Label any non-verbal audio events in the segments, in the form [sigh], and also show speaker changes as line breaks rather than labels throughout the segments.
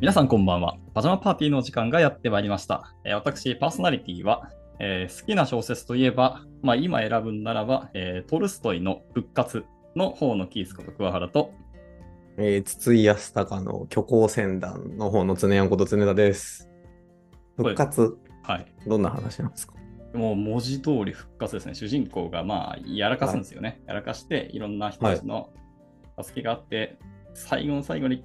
皆さんこんばんは。パジャマパーティーの時間がやってまいりました。えー私、パーソナリティは、えー好きな小説といえば、まあ、今選ぶんならば、えートルストイの復活の方のキースこと桑原と、
えー、筒井康隆の虚構船団の方の常やんこと常田です。復活、
はい、
どんな話なんですか
もう文字通り復活ですね。主人公がまあやらかすんですよね。やらかしていろんな人たちの助けがあって、最後の最後に、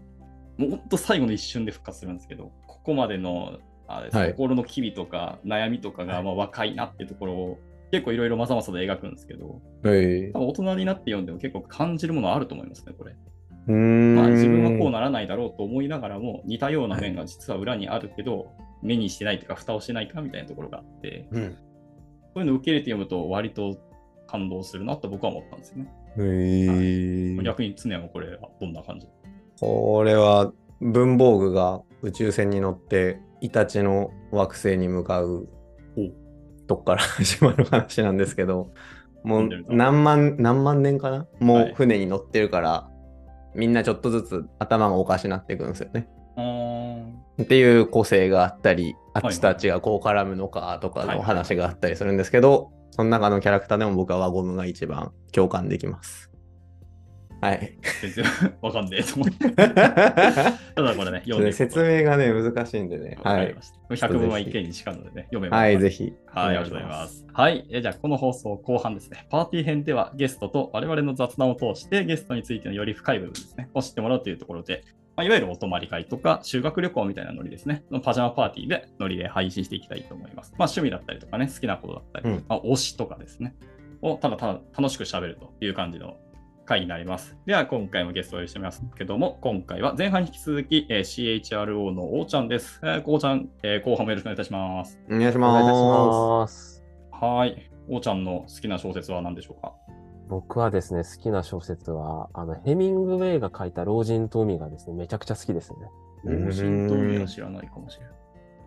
もっと最後の一瞬で復活するんですけど、ここまでのあれです
はい
心の機微とか悩みとかが
はい
まあ若いなってところを結構いろいろまさまさで描くんですけど、
え
多分大人になって読んでも結構感じるものあると思いますね、これ。
うーん。
まあ、自分はこうならないだろうと思いながらも、似たような面が実は裏にあるけど、目にしてないというか、蓋をしてないかみたいなところがあって。
うん。
そういうのを受け入れて読むと割と感動するなと僕は思ったんですよね。
えー、
逆に常はこれはどんな感じ
これは文房具が宇宙船に乗ってイタチの惑星に向かうとこから始まる話なんですけど、もう
飛んでると
何万何万年かなも
は
う
い
船に乗ってるから、みんなちょっとずつ頭がおかしなっていくんですよね。
あー
っていう個性があったり、あ
い
っちとあっちがこう絡むのかとか
はい
の話があったりするんですけど、その中のキャラクターでも僕は輪ゴムが一番共感できます。
[laughs]
はい。
全然わかんねえと思って。ただこれね、読んでいくこと
説明がね、難しいんでね。
わ
は
かり
い
ま。した。100分は一見にしかるのでね、読めば
はい、
ひ。
ぜひ。
はい、ありがとうございます。はい、えじゃあこの放送後半ですね、パーティー編ではゲストと我々の雑談を通してゲストについてのより深い部分ですね、を知ってもらうというところで、まあ、いわゆるお泊まり会とか修学旅行みたいなノリですね、のパジャマパーティーでノリで配信していきたいと思います。まあ趣味だったりとかね、好きなことだったり、
うん
まあ推しとかですね、をただただ楽しく喋るという感じの回になります。では今回もゲストをお呼びしておりますけども、今回は前半に引き続き、えー CHRO のおーちゃんです。えー、こうちゃん、えー後半もよろしくお願いいたします。
お願いし
お願いいたし
ま
ます。
はい。おーちゃんの好きな小説は何でしょうか
僕はですね、好きな小説は、あの、ヘミングウェイが書いた老人と海がですね、めちゃくちゃ好きですね。
うーん
老人と海は知らないかもしれない。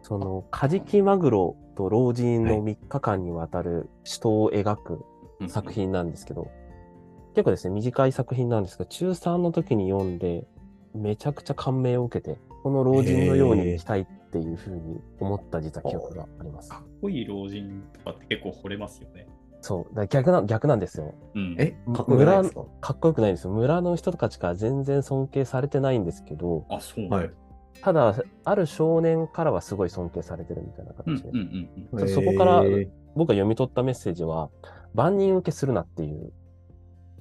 その、カジキマグロと老人の3日間にわたる死闘を描く
うん
作。品なんですけど、結構ですね、短い作品なんですが、中3の時に読んで、めちゃくちゃ感銘を受けて、この老人のように生きたいっていうふうに思った実は記憶があります
か。っこいい老人とかって結構惚れますよね。
そう、だから逆な、逆なんですよ。
うん。
す。え、かっこよくないですか
かっこよくないんですよ。村の人たちから全然尊敬されてないんですけど、
あ、そうなんだ
はい。
ただ、ある少年からはすごい尊敬されてるみたいな
うんう
形で、
んうんうん。
そうそこから
え
僕が読み取ったメッセージは、万人受けするなっていう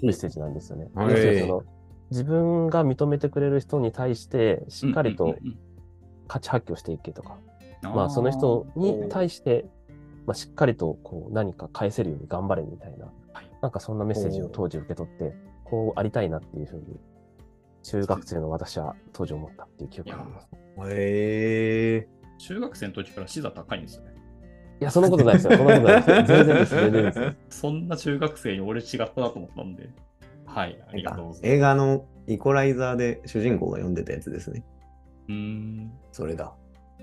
メッセージなんですよね。
はい
要するにその自分が認めてくれる人に対して、しっかり
うん
と
うんうん
価値発揮をしていけとか、
うん
まあ、その人
あー
に対して、まあ、しっかりとこう何か返せるように頑張れみたいな、
はい
なんかそんなメッセージを当時受け取って、こうありたいなっていうふうに、中学生の私は当時思ったっていう記憶があります。
ーえ
中学生の時から視座高いんですよね。
いや、そんなことないですよ。そんなことないですよ。全然です。全然です。
[laughs] そんな中学生に俺違ったなと思ったんで。はい、あり
ー
が
な
とうんござい
か
ます。
映画のイコライザーで主人公が読んでたやつですね。
うーん、
それだ。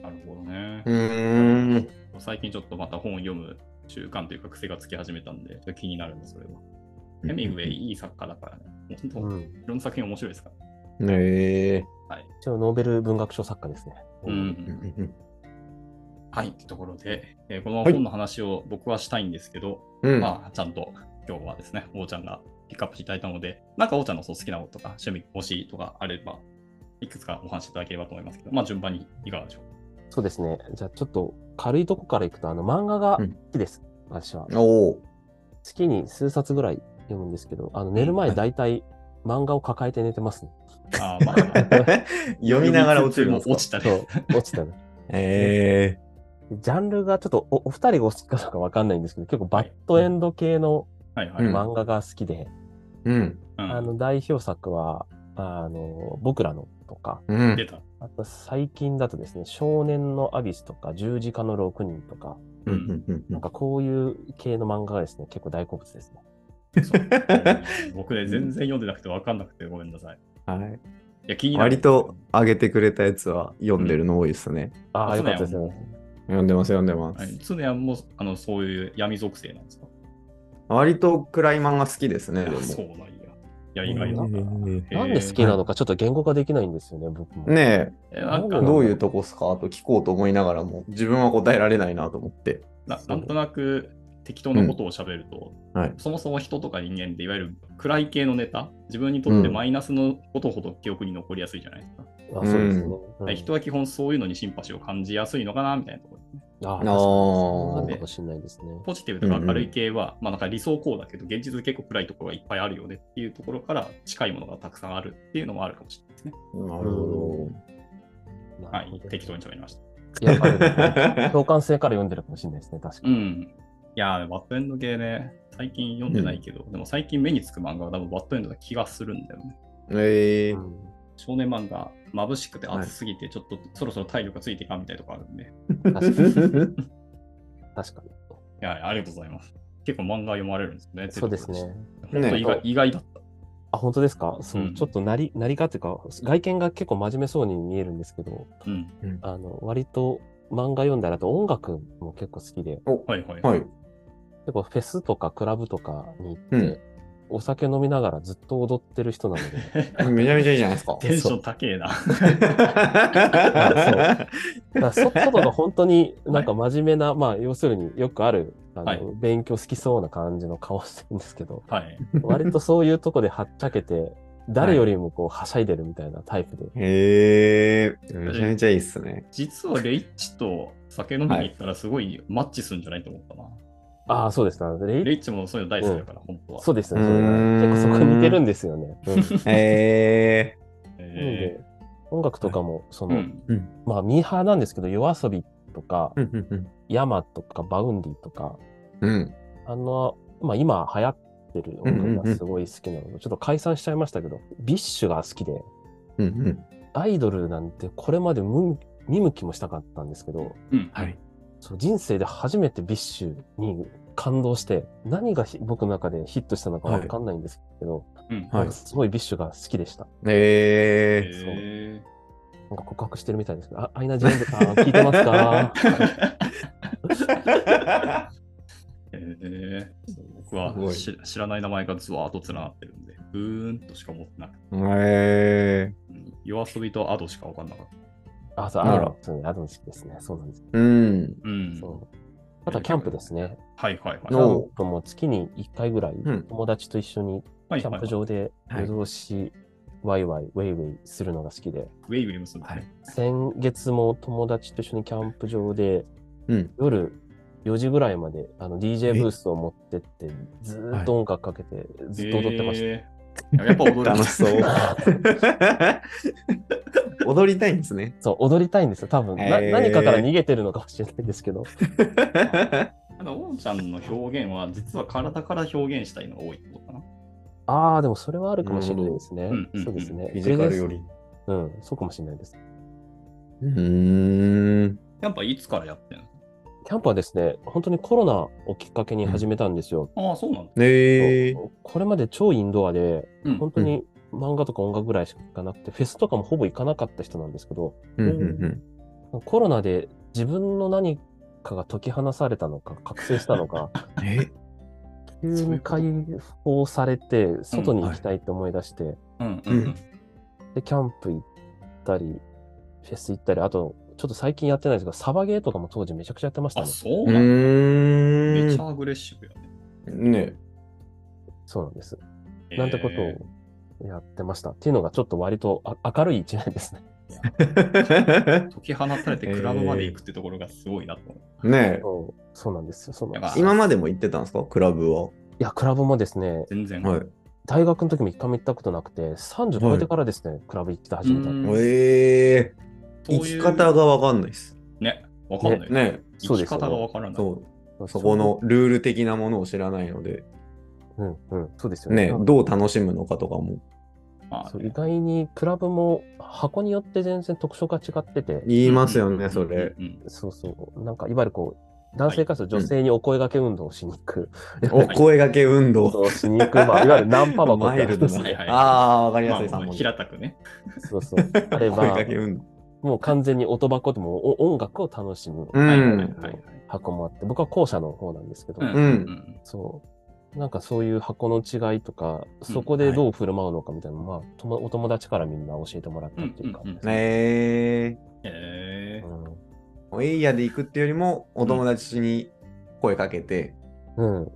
なるほどね。
うーん。
最近ちょっとまた本を読む習慣というか癖がつき始めたんで、気になるんで、それは。ヘミングウェイ、いい作家だからね。もう本
うん
当、いろんな作品面白いですから。
え
一応、ノーベル文学賞作家ですね。
うんうん
ー。
はい、というところで、えーこの
はい
本の話を僕はしたいんですけど、
うん。
まあ、ちゃんと今日はですね、王ちゃんがピックアップしていただいたので、なんか王ちゃんのそう好きなこととか、趣味、推しとかあれば、いくつかお話しいただければと思いますけど、まあ、順番にいかがでしょう
そうですね。じゃあ、ちょっと軽いとこからいくと、あの、漫画が好きです。私は。
おお。
月に数冊ぐらい読むんですけど、あの、寝る前、大体、漫画を抱えて寝
[laughs]
てますね。
か。あ
[laughs]
ーまあ
[laughs] 読みながら落ちるんですか
落ちたり。
そう、落ちてる。
え
ジャンルがちょっとお、お二人がお好きかどうかわかんないんですけど、結構バッドエンド系の
はいはい。
うん
漫画が好きで、
えうん。
うん
あの、代表作は、あの、僕らのとか、
うん
出。た。
あと最近だとですね、少年のアビスとか、十字架の6人とか、
うんうんうんう
なん
ん
かこういう系の漫画がですね、結構大好物ですね。
[laughs]
そう僕ね、全然読んでなくて分かんなくてごめんなさい。
はい
いや、気になる
割と上げてくれたやつは読んでるの多いですね。
あ
そ
あ、よ
うだ
か
よ
ったですね。
読んでます、読んでま
はい
す。
常やんもあのそういう闇属性なんですか
割と暗い漫画好きですね、
い
で
や
も。
そうなんや。や、意外だった。
なんで好きなのかちょっと言語化できないんですよね、僕も。
ね
えーなん
え、
か
どういうとこっすかと聞こうと思いながらも、自分は答えられないなと思って。
な、なんとなく適当なことを喋ると、
うんはい
そもそも人とか人間っていわゆる暗い系のネタ、自分にとってマイナスのことほど記憶に残りやすいじゃないですか。
あそうですね。うん
人は基本そういうのにシンパシーを感じやすいのかなみたいなところですね。
あ
あ
あ、確かにそうな
ー
るかもしれないですね。
ポジティブとか明るい系は、まあなんか理想こうだけど、現実結構暗いところがいっぱいあるよねっていうところから近いものがたくさんあるっていうのもあるかもしれないですね。
な
るほ
は
なるほ
い
ど、
適当に喋りました。
いやあ
[laughs]
る共感性から読んでるかもしれないですね、確か
う
に。
ん。いやー、バッドエンド系ね、最近読んでないけど、でも最近目につく漫画は多分バッドエンドな気がするんだよね。
ええ
う、ん
少年漫画、眩しくて熱すぎて、ちょっとそろそろ体力がついていかんみたいなとこあるんで、い
確かに。確か
や、ありがとうございます。結構漫画読まれるんですね。
に。そうで
[laughs]
すね。
本当意外、
ね
意外だった。
あ、本当ですかそう、
うん
ちょっとなり、なりかっていうか、外見が結構真面目そうに見えるんですけど、
うん。
あの、割と漫画読んだら、あと音楽も結構好きで、
はいはい。
はい。
結構フェスとかクラブとかに行って、
うん
お酒飲みながらずっと踊ってる人なので、
めちゃめちゃいいじゃないですか。
[laughs] テンション高えな。
だか
[laughs]
らそ外が本当になんか真面目な、まあ要するによくあるあの、
はい
勉強好きそうな感じの顔してるんですけど [laughs]
はい。
割とそういうとこではっちゃけて誰よりもこうはしゃいでるみたいなタイプで、
ええ、めちゃめちゃいいっすね。
実はレイッチと酒飲みに行ったらすごいマッチするんじゃないと思ったな。
ああそうですなレイ
レイッチもそういうの大好きだから、本当は。
そうですよねそうです
うーん
ね結構そこ似てるんですよね、うん、なん
ええ、
え
で音楽とかもそ
ーう
の、
ん。
まあミーハーなんですけど夜遊びとか
うんうん
ヤマとかバウンディとか
うんうん。
あの、まあ、今流行ってる音楽がすごい好きなので、ちょっと解散しちゃいましたけど、ビッシュが好きで、
うんうん。
アイドルなんてこれまで無見向きもしたかったんですけど、
うん。
はい。
そう人生で初めてビッシュに感動して、何がひ僕の中でヒットしたのかわかんないんですけど、
うん。
はい
なんかすごいビッシュが好きでした。
ええ。
え
なんか告白してるみたいですけど、あアイナ・ジ・エンドさん、聞いてますか
[laughs]
えー僕は
すごい
知知らない名前がずわーっと連なってるんで、うーんとしか思ってなくて、
え
う
え。
ん夜遊びとアドしか分かんなかった。
あ、そう、
な
ア
る
ド
ほ
ンそうねアドン好きですね。そうなんです。
うん。
うん。
そうあとはキャンプですね。
はいはい
キ
はい。
お
ャンプも月に1回ぐらい
ん
友達と一緒に
はい
キャ
は
ン
い
プ
はい。
場で夜通しワイワイウェイウェイするのが好きで、
ウェイウィリムスの、
はい
先月も友達と一緒にキャンプ場で
うん。
夜4時ぐらいまであの DJ ブースを持ってってずーっと音楽かけてずっと踊ってました。
えーやっぱ踊れた
楽しそう。踊りたいんですね。
そう踊りたいんですよ、多分、な
へー
何かから逃げてるのかもしれないですけど、
あの、おんちゃんの表現は、実は体から表現したいのが多いってことかな。
ああ、でもそれはあるかもしれないです
る
ね
ほどうんうんう。ん
そうですね。
フィジカルより。
うん、そうかもしれないです。
うーん。
やっぱいつからやってん
キャンプはですね、本当にコロナをきっかけに始めたんですよ。
のああ、そうなんだ。
ええ。
これまで超インドアで、
うん
本当に漫画とか音楽ぐらいしか行かなくて、フェスとかもほぼ行かなかった人なんですけど、
うんうんうん。
コロナで自分の何かが解き放されたのか、覚醒したのか、
え
[laughs] 急に解放されて、外に行きたいって思い出して、
うんうんうん。
で、キャンプ行ったり、フェス行ったり、あと、ちょっと最近やってないですけど、サバゲーとかも当時めちゃくちゃやってました
あ、
ね。
そう
う
なんだ。め
ー
ち
ん。
ゃアグレッシブやね。
ね
そうなんです。
えー
なんてことをやってました。っていうのがちょっと割とあ明るい一面ですね。
解き放たれてクラブまで行くってところがすごいなと思う。
ね
そうそうなんですよ。そうな
や
んで
っ
す
ぱ
い
今までも行ってたんですかクラブは。
や、クラブもですね、
全然。
はい。
大学の時も一回も行ったことなくて、30超えてからですね、クラブ行って始めたの。
うん
ええ
そうい
生
う
き方がわかんないです。
ね、わかんない。
ね
生き方がわからない。
そう。
そう
そこの。ルール的なものを知らないので、
うんうん、そうですよね。
ね
なんか
どう楽しむのかとかも。
まあ
そう
ね
意外にクラブも箱によって全然特徴が違ってて、
言いますよね、それ。。
うんうん
そうそう、なんかいわゆるこう、男性からすると女性にお声掛け運動をしに行く、
お声掛け運
運
動。
動をしに行く、まあ、いわゆるナンパ箱っ
マ
てあ
イル
るん
ド
で
な
す
はい
ね。
はい
ああー、わかりや
ます
い、
あ
三
まあ、
文字。
平たくね。
そうそう。あ
声
れば
掛、け運動。
もう完全に音箱でもお音楽を楽しむ
う
はいはいはい
ん。
はい。
箱もあって、僕は校舎の方なんですけど、
うん
うん
うん
そう。なんかそういう箱の違いとか、
うん
そこでどう振る舞うのかみたいなのは、ともお友達からみんな教えてもらったっていうか
うんうんうん。
え
えー
ー、エイヤーで行くっていうよりも、お友達に声かけて、
うんうん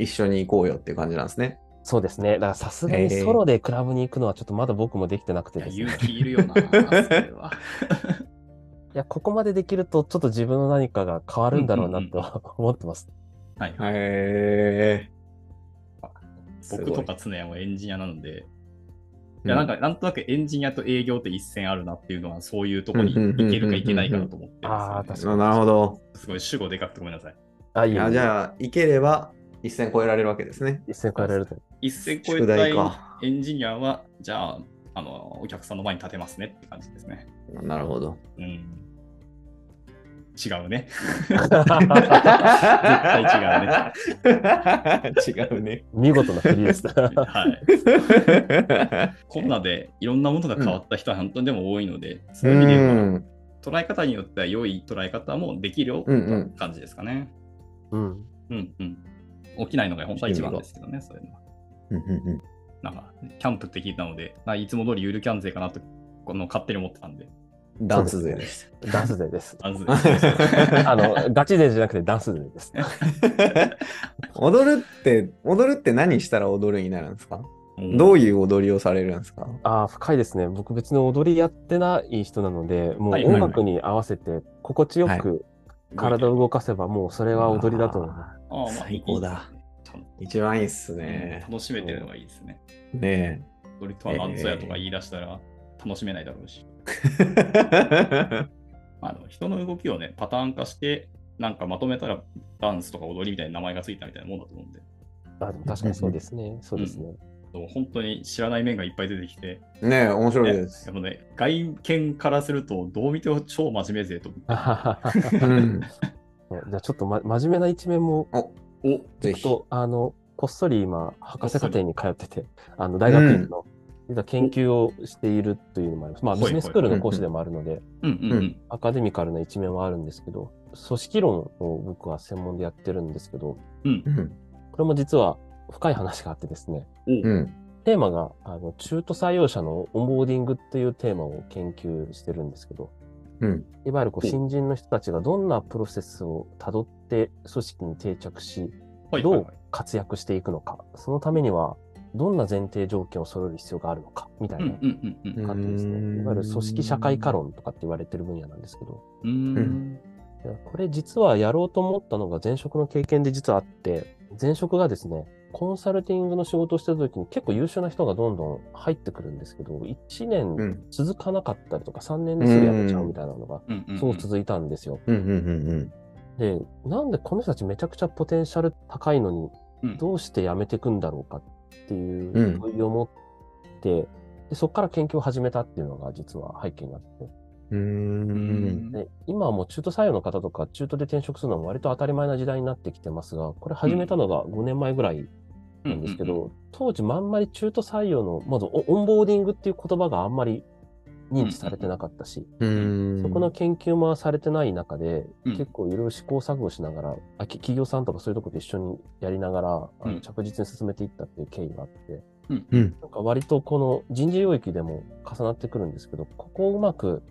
一緒に行こうよっていう感じなんですね。
そうですね。だからさすがに
えー
ソロでクラブに行くのはちょっとまだ僕もできてなくて
い
で
や
す
勇
ね。
気いるよな、それ
[laughs]
は。
いや、ここまでできるとちょっと自分の何かが変わるんだろうなとは思ってます。
はい、
へえすごい
僕とか常也もエンジニアなので、いやなんかなんとなくエンジニアと営業って一線あるなっていうのは、そういうとこに
うんうんうんうんうん
行けるか行けないかなと思って
あ
ま
ー確
す
か
よ
に
ね、
あなるほど。
すごい主語でかくてごめんなさい。
あ、いい
い
よ
やじゃあ、行ければ一線超えられるわけですね。
一線変えられると。
一線超え
宿
た
題
い
か。
エンジニアは、じゃあ、あのお客さんの前に立てますねって感じですね。
なるほど。
うん。違う
[laughs]
ね。
絶対違うね。
[laughs] 見事な振りでした。
はい。
違うね。
コロナでいろんなものが変わった人は本当にでも多いので、そうういう意味で言えば
ん。
捉え方によっては良い捉え方もできるよって
うんうん
感じですかね。
うん。
うんうん。起きないのが本当は一番ですけどね、そういうのは。
うんうんうん
なんか、キャンプって聞いたので、なんかいつも通りゆるキャン勢かなと、この勝手に思ってたんで、
ダンス勢でし
ダンス勢です。
まず
[laughs]
あの、ガチ勢じゃなくてダンス勢です。
た。踊るって、踊るって何したら踊るになるんですかどう
い
いう踊りをされるんですか
ああ、深いですね。僕別に踊りやってない人なので、もう
はいはいはい
音楽に合わせて心地よく
う
体
動
を
いて
動かせば、もうそれは踊りだと思います。
ああまあ
最高だ
いいですね
一番いいっす
ちゃんと
ね。
楽しめてるのがいいですね。
ね
ドリトはなんぞやとか言い出したら楽しめないだろうし。
え。
あの人の動きをね、パターン化して、なんかまとめたらダンスとか踊りみたいな名前がついたみたいなもんだと思うんで、
あでも確かにそうで
[laughs]
すね。そうですね。
そう本当に知らない面がいっぱい出てきて、
[laughs] ねえ、面白い
ね
で、す
で。もね、外見からすると、どう見ても超真面目ぜと思って。
[laughs]
うん。
じゃあちょっと、ま、真面目な一面も、
お
ぜ
ち
ひ。
ょっと、あの、こっそり今、博士課程に通ってて、あの、大学院の、実は研究をしているというのもあります。まあ、
はい
ビ
はい
ジネススクールの講師でもあるので、
うんうんうん。
アカデミカルな一面はあるんですけど、組織論を僕は専門でやってるんですけど、
うん
う。ん。
これも実は深い話があってですね、
うん。
テーマが、あの、中途採用者のオンボーディングっていうテーマを研究してるんですけど、
うん。
いわゆるこう
うん
新人の人たちがどんなプロセスをたどって組織に定着し、
はいは
ど
いは
う活躍していくのか、そのためにはどんな前提条件を揃える必要があるのか、みたい
い。うん
な
うんうんうん
感じです
う
ね。
ん
いわゆる組織社会科論とかって言われてる分野なんですけど、
うーん。
いやこれ実はやろうと思ったのが前職の経験で実はあって、前職がですね、コンサルティングの仕事をしてた時に結構優秀な人がどんどん入ってくるんですけど、1
う
年
ん。
続かなかったりとか3年ですぐ辞めちゃうみたいなのが、
うんうん
そう続いたんですよ。
うん。うん。
で、なんでこの人たちめちゃくちゃポテンシャル高いのに、
うん
どうして辞めてくんだろうかっていう
うん
問いを持って、でそこから研究を始めたっていうのが実は背景になって、
うん。う。
うんん
で今はもう中途採用の方とか中途で転職するのも割と当たり前な時代になってきてますが、これ始めたのが5年前ぐらいなんですけど、。当時もあんまり中途採用の、まずオオンボーディングっていう言葉があんまり認知されてなかったし、
うん。
そこの研究もされてない中で、
うん
結構いろいろ試行錯誤しながらあ、き企業さんとかそういうところと一緒にやりながら、あ
うん
の着実に進めていったっていう経緯があって、
うん
うん
なんか割とこの人事領域でも重なってくるんですけど、ここをうまく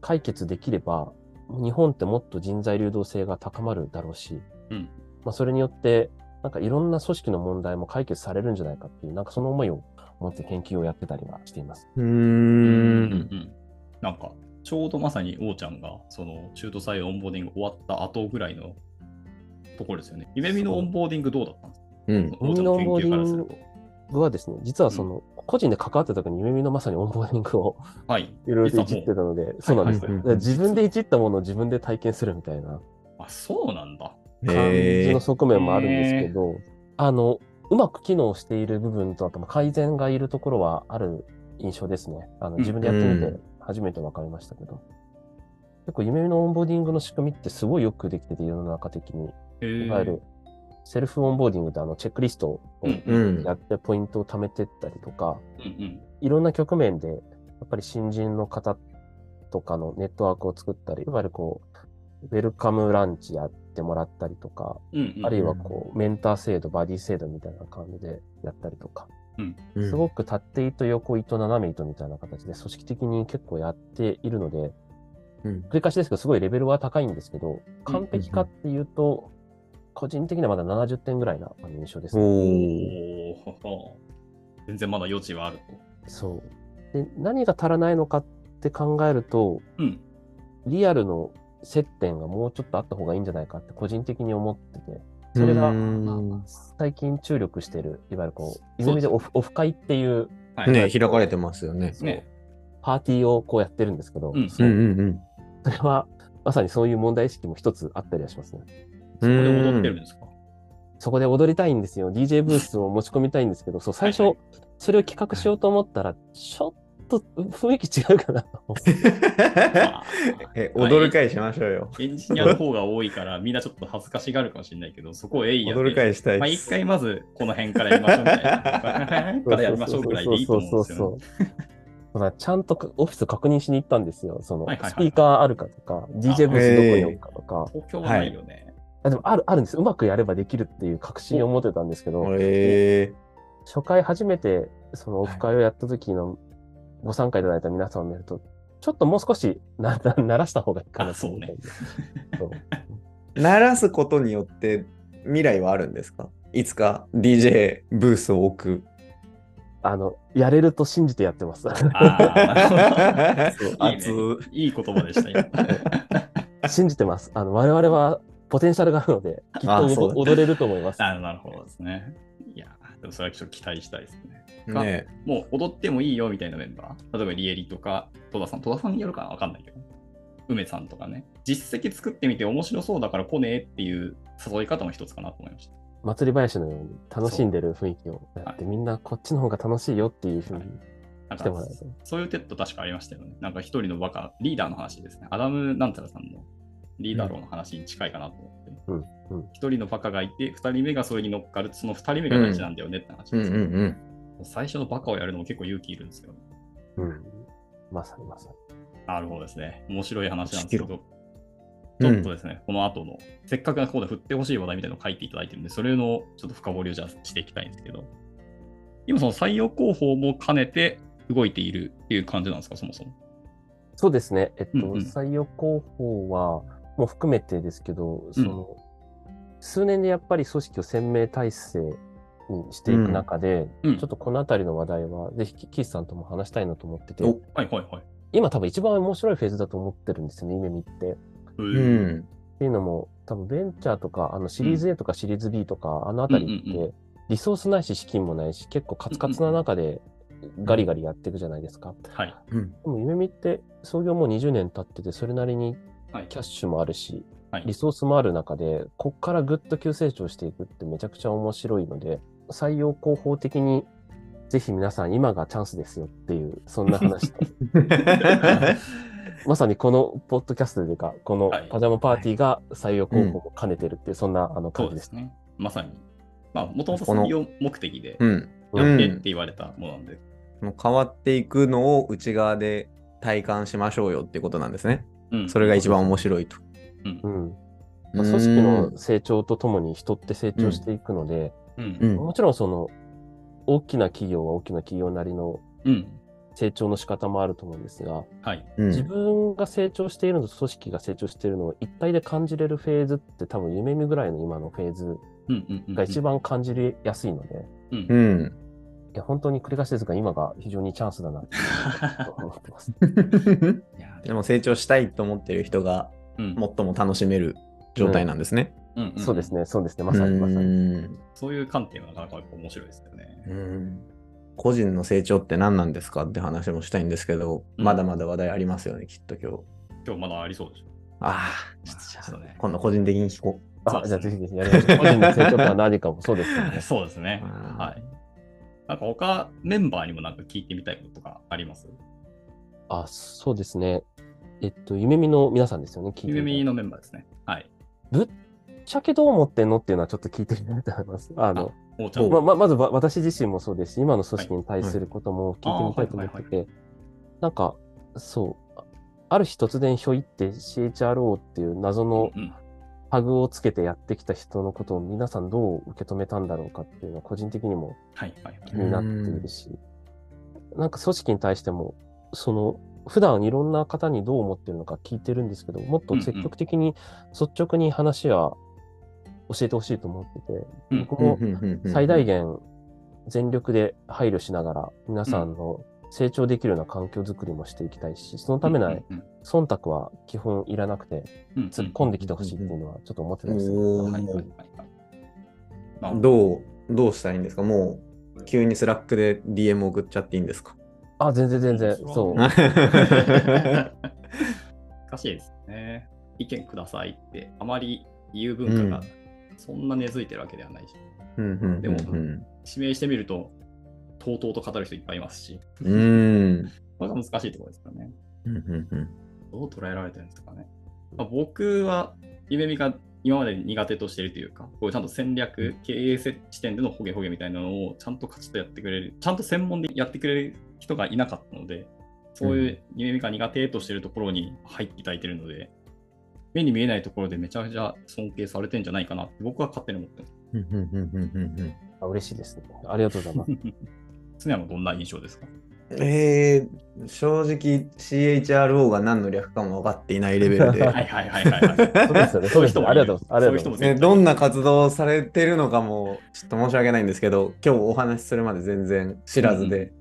解決できれば、日本ってもっと人材流動性が高まるだろうし、
うん
まあ、それによって、なんかいろんな組織の問題も解決されるんじゃないかっていう、なんかその思いを持って研究をやってたりはしています。
う。
うんんなんか、ちょうどまさに王ちゃんが、その中途採用オンボーディング終わった後ぐらいのところですよね。夢見のオンボーディングどうだったんですか
うん。
王ちゃんの研究からすると。
僕はですね、実はその、個人で関わってた時に夢見のまさにオンボーディングを
はい。
いろいろといじってたので、そうなんです。
は
だ
いはいはい
から自分でいじったものを自分で体験するみたいな
あ、そうなんだ。
感じ
え
の側面もあるんですけど、あの、うまく機能している部分と、あとまあ改善がいるところはある印象ですね。あの
ん
自分でやってみ
う
て
ん
初めて分かりましたけど。結構、夢見のオンボーディングの仕組みってすごいよくできてて、世の中的に。
えー
いわゆる、セルフオンボーディングってあの、チェックリストを
うん
う
やってポイントを貯めてったりとか、
うん
いろんな局面で、やっぱり新人の方とかのネットワークを作ったり、いわゆるこう、ウェルカムランチやってもらったりとか、
うんうん
あるいはこう、メンター制度、バディ制度みたいな感じでやったりとか、
うん
すごく縦糸、横糸、斜め糸みたいな形で組織的に結構やっているので、
うん
繰り返しですけど、すごいレベルは高いんですけど、完璧かっていうと、個人的にはまだ70点ぐらいな印象です、ね。
お
お
ー [laughs] 全然まだ余地はあると。
そう。で、何が足らないのかって考えると、
うん。
リアルの接点がもうちょっとあった方がいいんじゃないかって個人的に思ってて、それが
うん
最近注力してる、いわゆるこう、
そう
泉でオフオフ会っていう
はい
ね開かれてますよね。
ね
パーティーをこうやってるんですけど、
うん
う
そ
ん
う
うんうん。
それはまさにそういう問題意識も一つあったりはしますね。
そこで踊ってるんですか。
そこで踊りたいんですよ。DJ ブースを持ち込みたいんですけど、そう、最
はいは
初、それを企画しようと思ったら、ちょっと雰囲気違うかなと。
まあ
[laughs] え踊る会しましょうよ。
エンジニアの方が多いから、みんなちょっと恥ずかしがるかもしれないけど、そこをえいやって。
踊る会したい
まあ、
で
一
す。
回まず [laughs] この辺からやりましょうみたいな。からやりましょうぐらいでいいと思うんですよね。
そうそうそうそうそうだからちゃんとかオフィス確認しに行ったんですよ。その、
はいはいはい
スピーカーあるかとか、DJ ブースどこに置くかとか。
東京はないよね。
あでもある、あるんです。うまくやればできるっていう確信を持ってたんですけど、
え
初回初めてそのオフ会をやった時のご参加いただいた皆さんを見ると、ちょっともう少しなな鳴らした方がいいかな
あ [laughs] そうね
そう
ー、鳴らすことによって未来はあるんですかいつか DJ ブースを置く。
あの、やれると信じてやって
[laughs]
ます。
ああ、いいね
熱う。
いい言葉で
[laughs]
した、今。
信じてます。あの、我々はポテンシャルがあるので、きっと
あ
お
そうだ
踊れると思います。
あなるほどですね。いや、でもそれはちょっと期待したいですね。
[laughs] ね
もう踊ってもいいよみたいなメンバー。例えばリエリとか、戸田さん、戸田さんによるかなわかんないけど。梅さんとかね。実績作ってみて面白そうだから来ねえっていう誘い方も一つかなと思いました。
祭り林のように楽しんでる雰囲気をやって、みんなこっちの方が楽しいよっていうふうに
なん
し
か
てもらえると。
そういうテッド確かありましたよね。なんか一人のバカ、リーダーの話ですね。アダム・なんたらさんのリーダー論の話に近いかなと思って。
うんうん
一人のバカがいて、二人目がそれに乗っかる、その二人目が大事なんだよねって話
うん
で
う
すよ、
んうん。
最初のバカをやるのも結構勇気いるんですよ。
うん。まさにまさに。
なるほどですね。面白い話なんですけど、ち
う
ょっ
ん
とですね、この後の、せっかくここで振ってほしい話題みたいなのを書いていただいてるんで、それのちょっと深掘りをじゃあしていきたいんですけど、今その採用広報も兼ねて動いているっていう感じなんですか、そもそも。
そうですね。えっと、
うんうん
採用広報は、もう含めてですけど、その、数年でやっぱり組織を鮮明体制にしていく中で、
うん
ちょっとこの辺りの話題は、ぜひ、キキースさんとも話したいなと思ってて、
お
はいはいはい。
今多分一番面白いフェーズだと思ってるんですよね、夢見って。
う
う。ん。
っていうのも、多分ベンチャーとか、あのシリーズ A とかシリーズ B とか、あのあたりって、
うんうんう
リソースないし、資金もないし、結構カツカツな中でガリガリやっていくじゃないですか。
はい。
うん
でも、夢見って創業もう20年経ってて、それなりに
はい、
キャッシュもあるし、
はい
リソースもある中で、こっからぐっと急成長していくってめちゃくちゃ面白いので、採用広報的に、ぜひ皆さん今がチャンスですよっていう、そんな
[laughs]
話とまさにこのポッドキャストというか、この
はい
パジャマパーティーが採用広報を兼ねてるっていう、そんなあの
そ
感
う
じ
で
です。
すね。まさに。まあ、もともと
この
採用目的で
うん。
やってっ
う
て
ん
言われたものなんで、
もう変わっていくのを内側で体感しましょうよっていうことなんですね。
うん
それが一番面白いと。
うん
う。んまあ、組織の成長とともに人って成長していくので、
うん。
う
うん
ん。
もちろんその大きな企業は大きな企業なりの
うん。
成長の仕方もあると思うんですが、
はい。
うん
自分が成長しているのと組織が成長しているのを一体で感じれるフェーズって多分夢見ぐらいの今のフェーズ
うんうんうん。
が一番感じりやすいので、
うん。 [laughs]
うん。
いや本当に繰り返しですが今が非常にチャンスだなと思ってます。
いや
でも成長したいと思ってる人が
うん
最も楽しめる状態なんですね。
うんんん
そうですね、そうですね、まさにまさに。
に。
そういう観点はなかなか面白いですよね。
うん個人の成長って何なんですかって話もしたいんですけど、
うん
まだまだ話題ありますよね、きっと今日。
今日まだありそうでしょ。
あ
ちょっとじゃあそうね
あ、今度個人的に聞こ
そう
あ
です
じゃ
ね。
あぜひぜひやりましょう。個人の成長とは何かもそうですよね
[laughs] そうですね
う。。
はい。なんか他メンバーにもなんか聞いてみたいこととかあります
あ、そうですね。えっと、夢見の皆さんですよね、聞いてみた
夢
ら
見のメンバーですね。はい。
ぶっちゃけどう思ってんのっていうのはちょっと聞いてみたいと思います。あの、
おうちゃん。
まままずわ私自身もそうですし、今の組織に対することも聞いてみたいと思ってて、なんか、そう、あある日突然ひょいって CHRO っていう謎の
うん
タグをつけてやってきた人のことを皆さんどう受け止めたんだろうかっていうのは個人的にも
はいはい
気になっているし、なんか組織に対しても、その、普段いろんな方にどう思ってるのか聞いてるんですけど、もっと積極的に率直に話は教えてほしいと思ってて、
うん
僕も最大
限。
限全力で配慮しながら、皆さんの成長できるような環境づくりもしていきたいし、そのためなら
うん
忖度は基本いらなくて、
うんうん
突っ込んできてほしいっていうのはちょっと思ってたんですよ。
お
はいはいは
ー
いはいまあ [laughs]
どう、どうしたらいいんですかもう、急にスラックで DM 送っちゃっていいんですか
あ、全然全然、そう。
難しいですね。意見くださいって、あまり言う文化が
うん
そんな根付いてるわけではないし、
うんうん
でも指名してみると、とうとうと語る人いっぱいいますし、
うんうん
これが難しいところですからね。
うんうんうん
どう捉えられてるんですかね。まあ、僕は、夢見が今まで苦手としてるというか、こうちゃんと戦略、経営視点でのホゲホゲみたいなのをちゃんとカチッとやってくれる、ちゃんと専門でやってくれる人がいなかったので、そういう夢見が苦手としてるところに入っていただいてるので、目に見えないところでめちゃめちゃ尊敬されてんじゃないかなって僕は勝手に思ってます。 [laughs]
うんうんうんうんうんうん
あ嬉しいですね。ありがとうござい
[laughs]
ます。
常山どんな印象ですか
えー、正直 CHRO が何の略かも分かっていないレベルで、
はいはいはいはいはい。
[laughs] そうですよね。そういう人もありがとうございます。
そ
あり
うい
が
う
と
人
う
も絶
ござ
対
ね、
い
いる
どんな活動をされてるのかもちょっと申し訳ないんですけど今日お話しするまで全然知らずで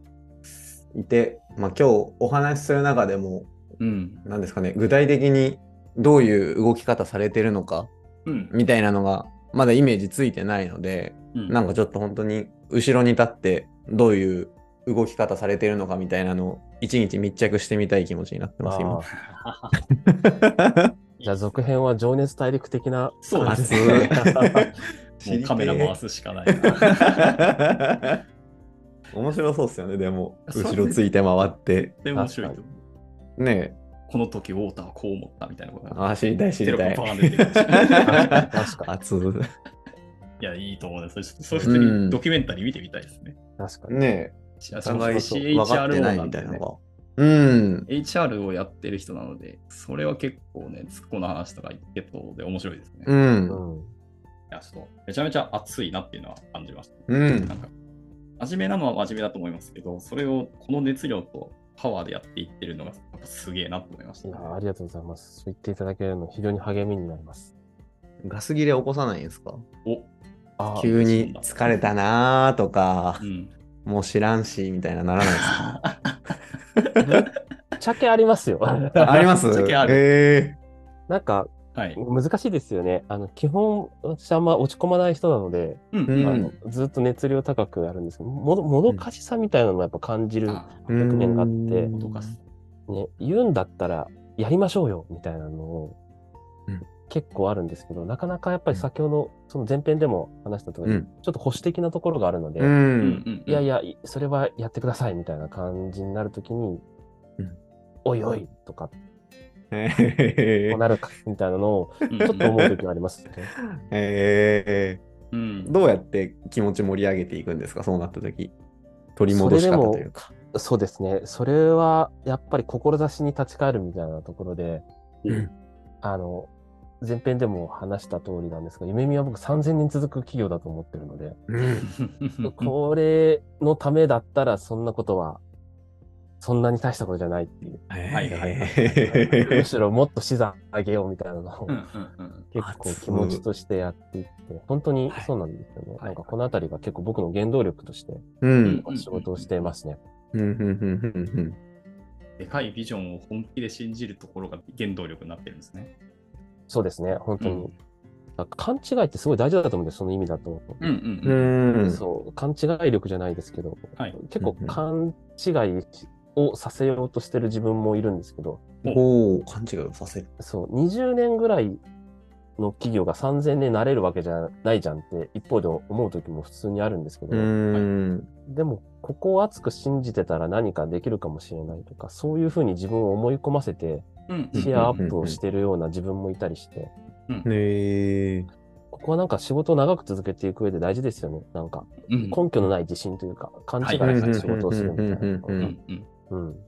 いて、まあ、今日お話しする中でも
うん。
何ですかね具体的にどういう動き方されてるのか
うん。
みたいなのがまだイメージついてないので
うん
なんかちょっと本当に後ろに立ってどういう動き方されてるのかみたいなのを一日密着してみたい気持ちになってます今
ます。。あーじゃあ、続編は情熱大陸的な。
そうですね。
[laughs]
[laughs] もうカメラ回すしかないな。
面白そうっすよねでも
そう
後ろついて回って
で面白いと思う。
ね
この時ウォーターはこう思ったみたいなこと
え
が
あ知りたい知
テ
り
ロ
た
ッ
い
プバーン
[laughs]
出てくるし
確か
熱
いや、いいと思うね。それ、それ普通にドキュメンタリー見てみたいですね。
確かに。
ね
しか
えお
し
互い
し
分かってないみたいなの
ね。
がうん、
HR をやってる人なので、それは結構ね、ツッコの話とか結構で面白いですね。
う
い
ん、
うん。
や、ちょっと、めちゃめちゃ熱いなっていうのは感じました。
うん
なんか、真面目なのは真面目だと思いますけど、それをこの熱量とパワーでやっていってるのが、やっぱすげえなと思いまし
い
た、
やーありがとうございます。そう言っていただけるの非常に励みになります。
ガス切れ起こさないんですか
お、
あー
急に疲れたなーとか
う、ん。
もう知らんしみたいなならない
[laughs]
ですか
茶気ありますよ。 [laughs]
あります
ぶっちゃけある
え
なんか
はい。
難しいですよね。あの基本、私あんま落ち込まない人なので、
うん
うん
あのずっと熱量高くあるんですけど、もどもどかしさみたいなのもやっぱ感じる、ね、
あ
えー、
面があって
うん
脅かす。
言うんだったらやりましょうよみたいなのを
うん
結構あるんですけど、なかなかやっぱり先ほど、その前編でも話した通り、
うん
ちょっと保守的なところがあるので、
う
うんん
いやい
や、
や、いそれはやってくださいみたいな感じになるときに、
うん
おいおいとか、
え
こうなるかみたいなのを
ちょ
ちょっと思うときはありますね。
[laughs] ーえ
うん
ー、どうやって気持ち盛り上げていくんですかそうなった時取り戻し方というか
そうですね。それはやっぱり志に立ち返るみたいなところで、
うん
あの、前編でも話した通りなんですが、夢見は僕3000人続く企業だと思ってるので、
うん
[laughs]
これのためだったらそんなことは、そんなに大したことじゃないっ
[laughs]
ていう。
はい
はいはいはい
むしろもっと資産上げようみたいなのを
うんうんうん
結構気持ちとしてやっていって、本当にそうなんですよね。
はい
なんかこのあたりが結構僕の原動力として
うん
うん
仕事をしていますね。
うんうんうんうん
でかいビジョンを本気で信じるところが原動力になってるんですね。
そうですね、本当
う
に。だから勘違いってすごい大事だと思うんです、その意味だと。
うんうんう
う
ん。
んうん
そう、勘違い力じゃないですけど、
はい
結構
うんうん
勘違いをさせようとしてる自分もいるんですけど、
おお勘違いをさせる
そう、20年ぐらいの企業が3000年なれるわけじゃないじゃんって、一方で思う時も普通にあるんですけど、
ん
でも、ここを熱く信じてたら何かできるかもしれないとか、そういうふうに自分を思い込ませて、
うん
シェアアップをしてるような自分もいたりして、
ねえ
ここはなんか仕事を長く続けていく上で大事ですよね。なんか、
うん
根拠のない自信というか、勘違い
はい
して仕事をするみたいなとこ
う
ろ
ん
が。
うん
うん
[laughs]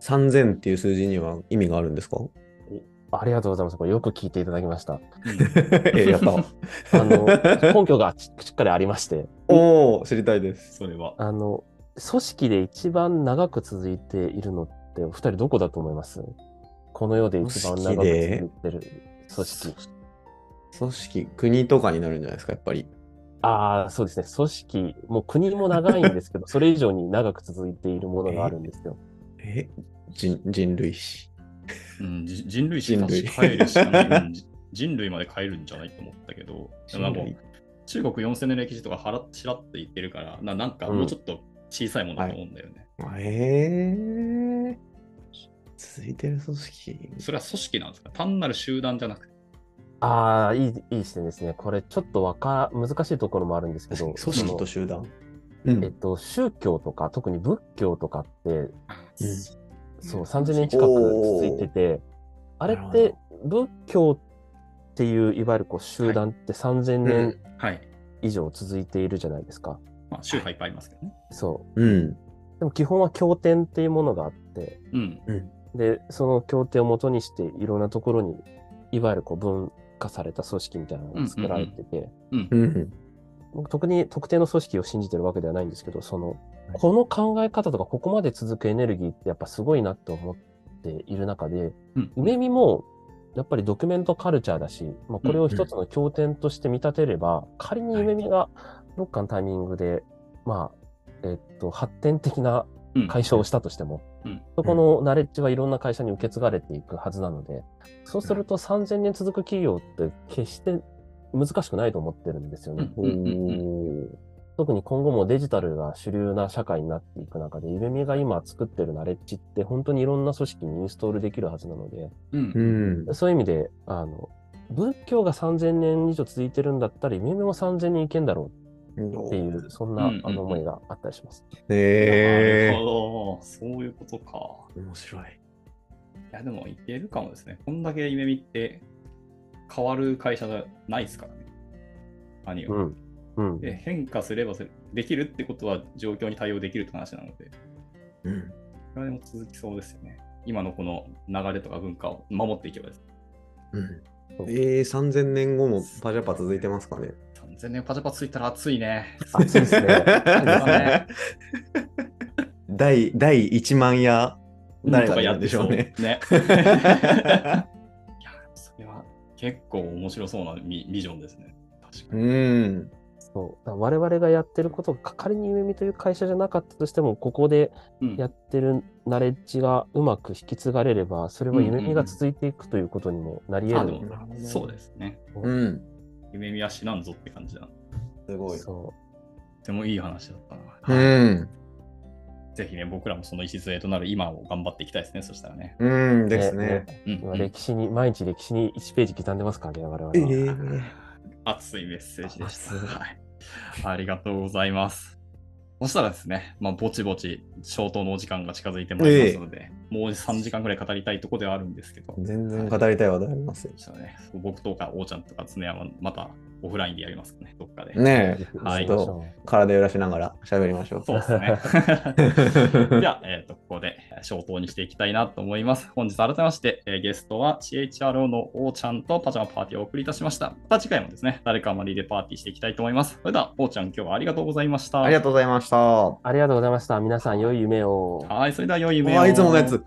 3000っていう数字には意味があるんですか [laughs]
ありがとうございます。これよく聞いていただきました。
えやった。
あの、 [laughs] 根拠がししっかりありまして、
おお、知りたいです。
それは。
あの、組織で一番長く続いているのって、お二人どこだと思いますこの世で一番長く続いてる組織。
組織、国とかになるんじゃないですか、やっぱり。
ああ、そうですね。組織、もう国も長いんで
[laughs]
すけど、それ以上に長く続いているものがあるんですよ。
え人人類史。
うん、じ人類史
人類
変えるしかない、うんじ人類まで変えるんじゃないと思ったけど、でもなんか
人類
中国4000年の歴史とかはらしらって言ってるからな、なんかもうちょっと小さいものだと思うんだよね。
えー、続いてる組織。
それは組織なんですか単なる集団じゃなくて。
ああ、いい、いい視点ですね。これ、ちょっとわか、難しいところもあるんですけど、
組織と
そ
集団。う
のえっ
ん。
と、宗教とか、特に仏教とかって、そう、30年近く
お
続
ー
いてて、あれっ
なる
て仏教っていう、いわゆるこう集団って3000
う
年
ん
はい。
以上続いているじゃないですか。
まあ、宗派いっぱいありますけどね。
そ
うん。
う。でも基本は経典っていうものがあって、
うん。
で、その経典をもとにしていろんなところに、いわゆるこう文化された組織みたいなのが作られてて、
うん。
うん。
僕特に特定の組織を信じてるわけではないんですけど、その、この考え方とか、ここまで続くエネルギーってやっぱすごいなって思っている中で、
うん
梅見も、やっぱりドキュメントカルチャーだし、まあ、これを一つの経典として見立てれば、仮に梅見がどっかのタイミングで、まあ、えっと、発展的な
うん
解消をしたとしても、
うん
そこのナレッジはいろんな会社に受け継がれていくはずなので、そうすると3000年続く企業って決して難しくないと思ってるんですよね。
うんうんうんうん
特に今後もデジタルが主流な社会になっていく中で、ゆめみが今作ってるナレッジって本当にいろんな組織にインストールできるはずなので、
うん
う。ん。
そういう意味で、あの、仏教が3000年以上続いてるんだったら、ゆめみも3000年いけんだろうっていう、そんな、
うんうんうん
あの思いがあったりします。
なる
え
ほど。そういうことか。
ー、面白い。
いや、でもいけるかもですね。こんだけ夢見って変わる会社じゃないですからね。何
う
が。
ん。うん。
で変化すればせできるってことは状況に対応できるって話なので、
うん。
これも続きそうですよね。今のこの流れとか文化を守っていけばです。
うんえー、3000年後もパジャパ続いてますかね
3000年パジャパついたら熱いね。
熱いですね
[laughs] 第第1万夜
[laughs] なん
誰
と
が
かや
やる
っ
んで
て
しょうね。
そうね。いや、それは結構面白そうなビビジョンですね。確か
う
に。
ん。
そうだから我々がやってることが、仮にゆめみという会社じゃなかったとしても、ここで
うん
やってるナレッジがうまく引き継がれれば、それは夢見が続いていくということにもなり
あ
得
で
る
もそうですね。
うん。
夢見は死なんぞって感じだな。
すごい。
そ
とてもいい話だったな。
うん。
ぜひね、僕らもその礎となる今を頑張っていきたいですね、そしたらね。
うん
う
ですね。。
うん
今
うん
歴史に、毎日歴史に1ページ刻んでますからね、我々は。
えー
熱いメッセージでした。
熱い
はい、ありがとうございます。そしたらですね、まあ、ぼちぼち消灯のお時間が近づいてまいりますので、もう3時間ぐらい語りたいとこではあるんですけど、
全然語りたい話題ありますよ。
そうね、僕とか王ちゃんとか常山、またオフラインでやりますかね、どっかで。
ねえ、
はい
ちょっと体揺らしながら喋りましょう。
そうです
[laughs]
ね。じゃあ、えーと、ここでえー消灯にしていきたいなと思います。本日改めまして、えーゲストは CHRO の王ちゃんとパジャマパーティーをお送りいたしました。また次回もですね、誰かマリでパーティーしていきたいと思います。それでは、王ちゃん、今日はありがとうございました。
ありがとうございました。
ありがとうございました。皆さん、良い夢を。
はい、それでは良い夢を。
[laughs] あいつものやつ。
[laughs] 取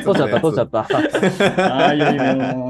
っちゃった、取っちゃった。
はい、良い夢を。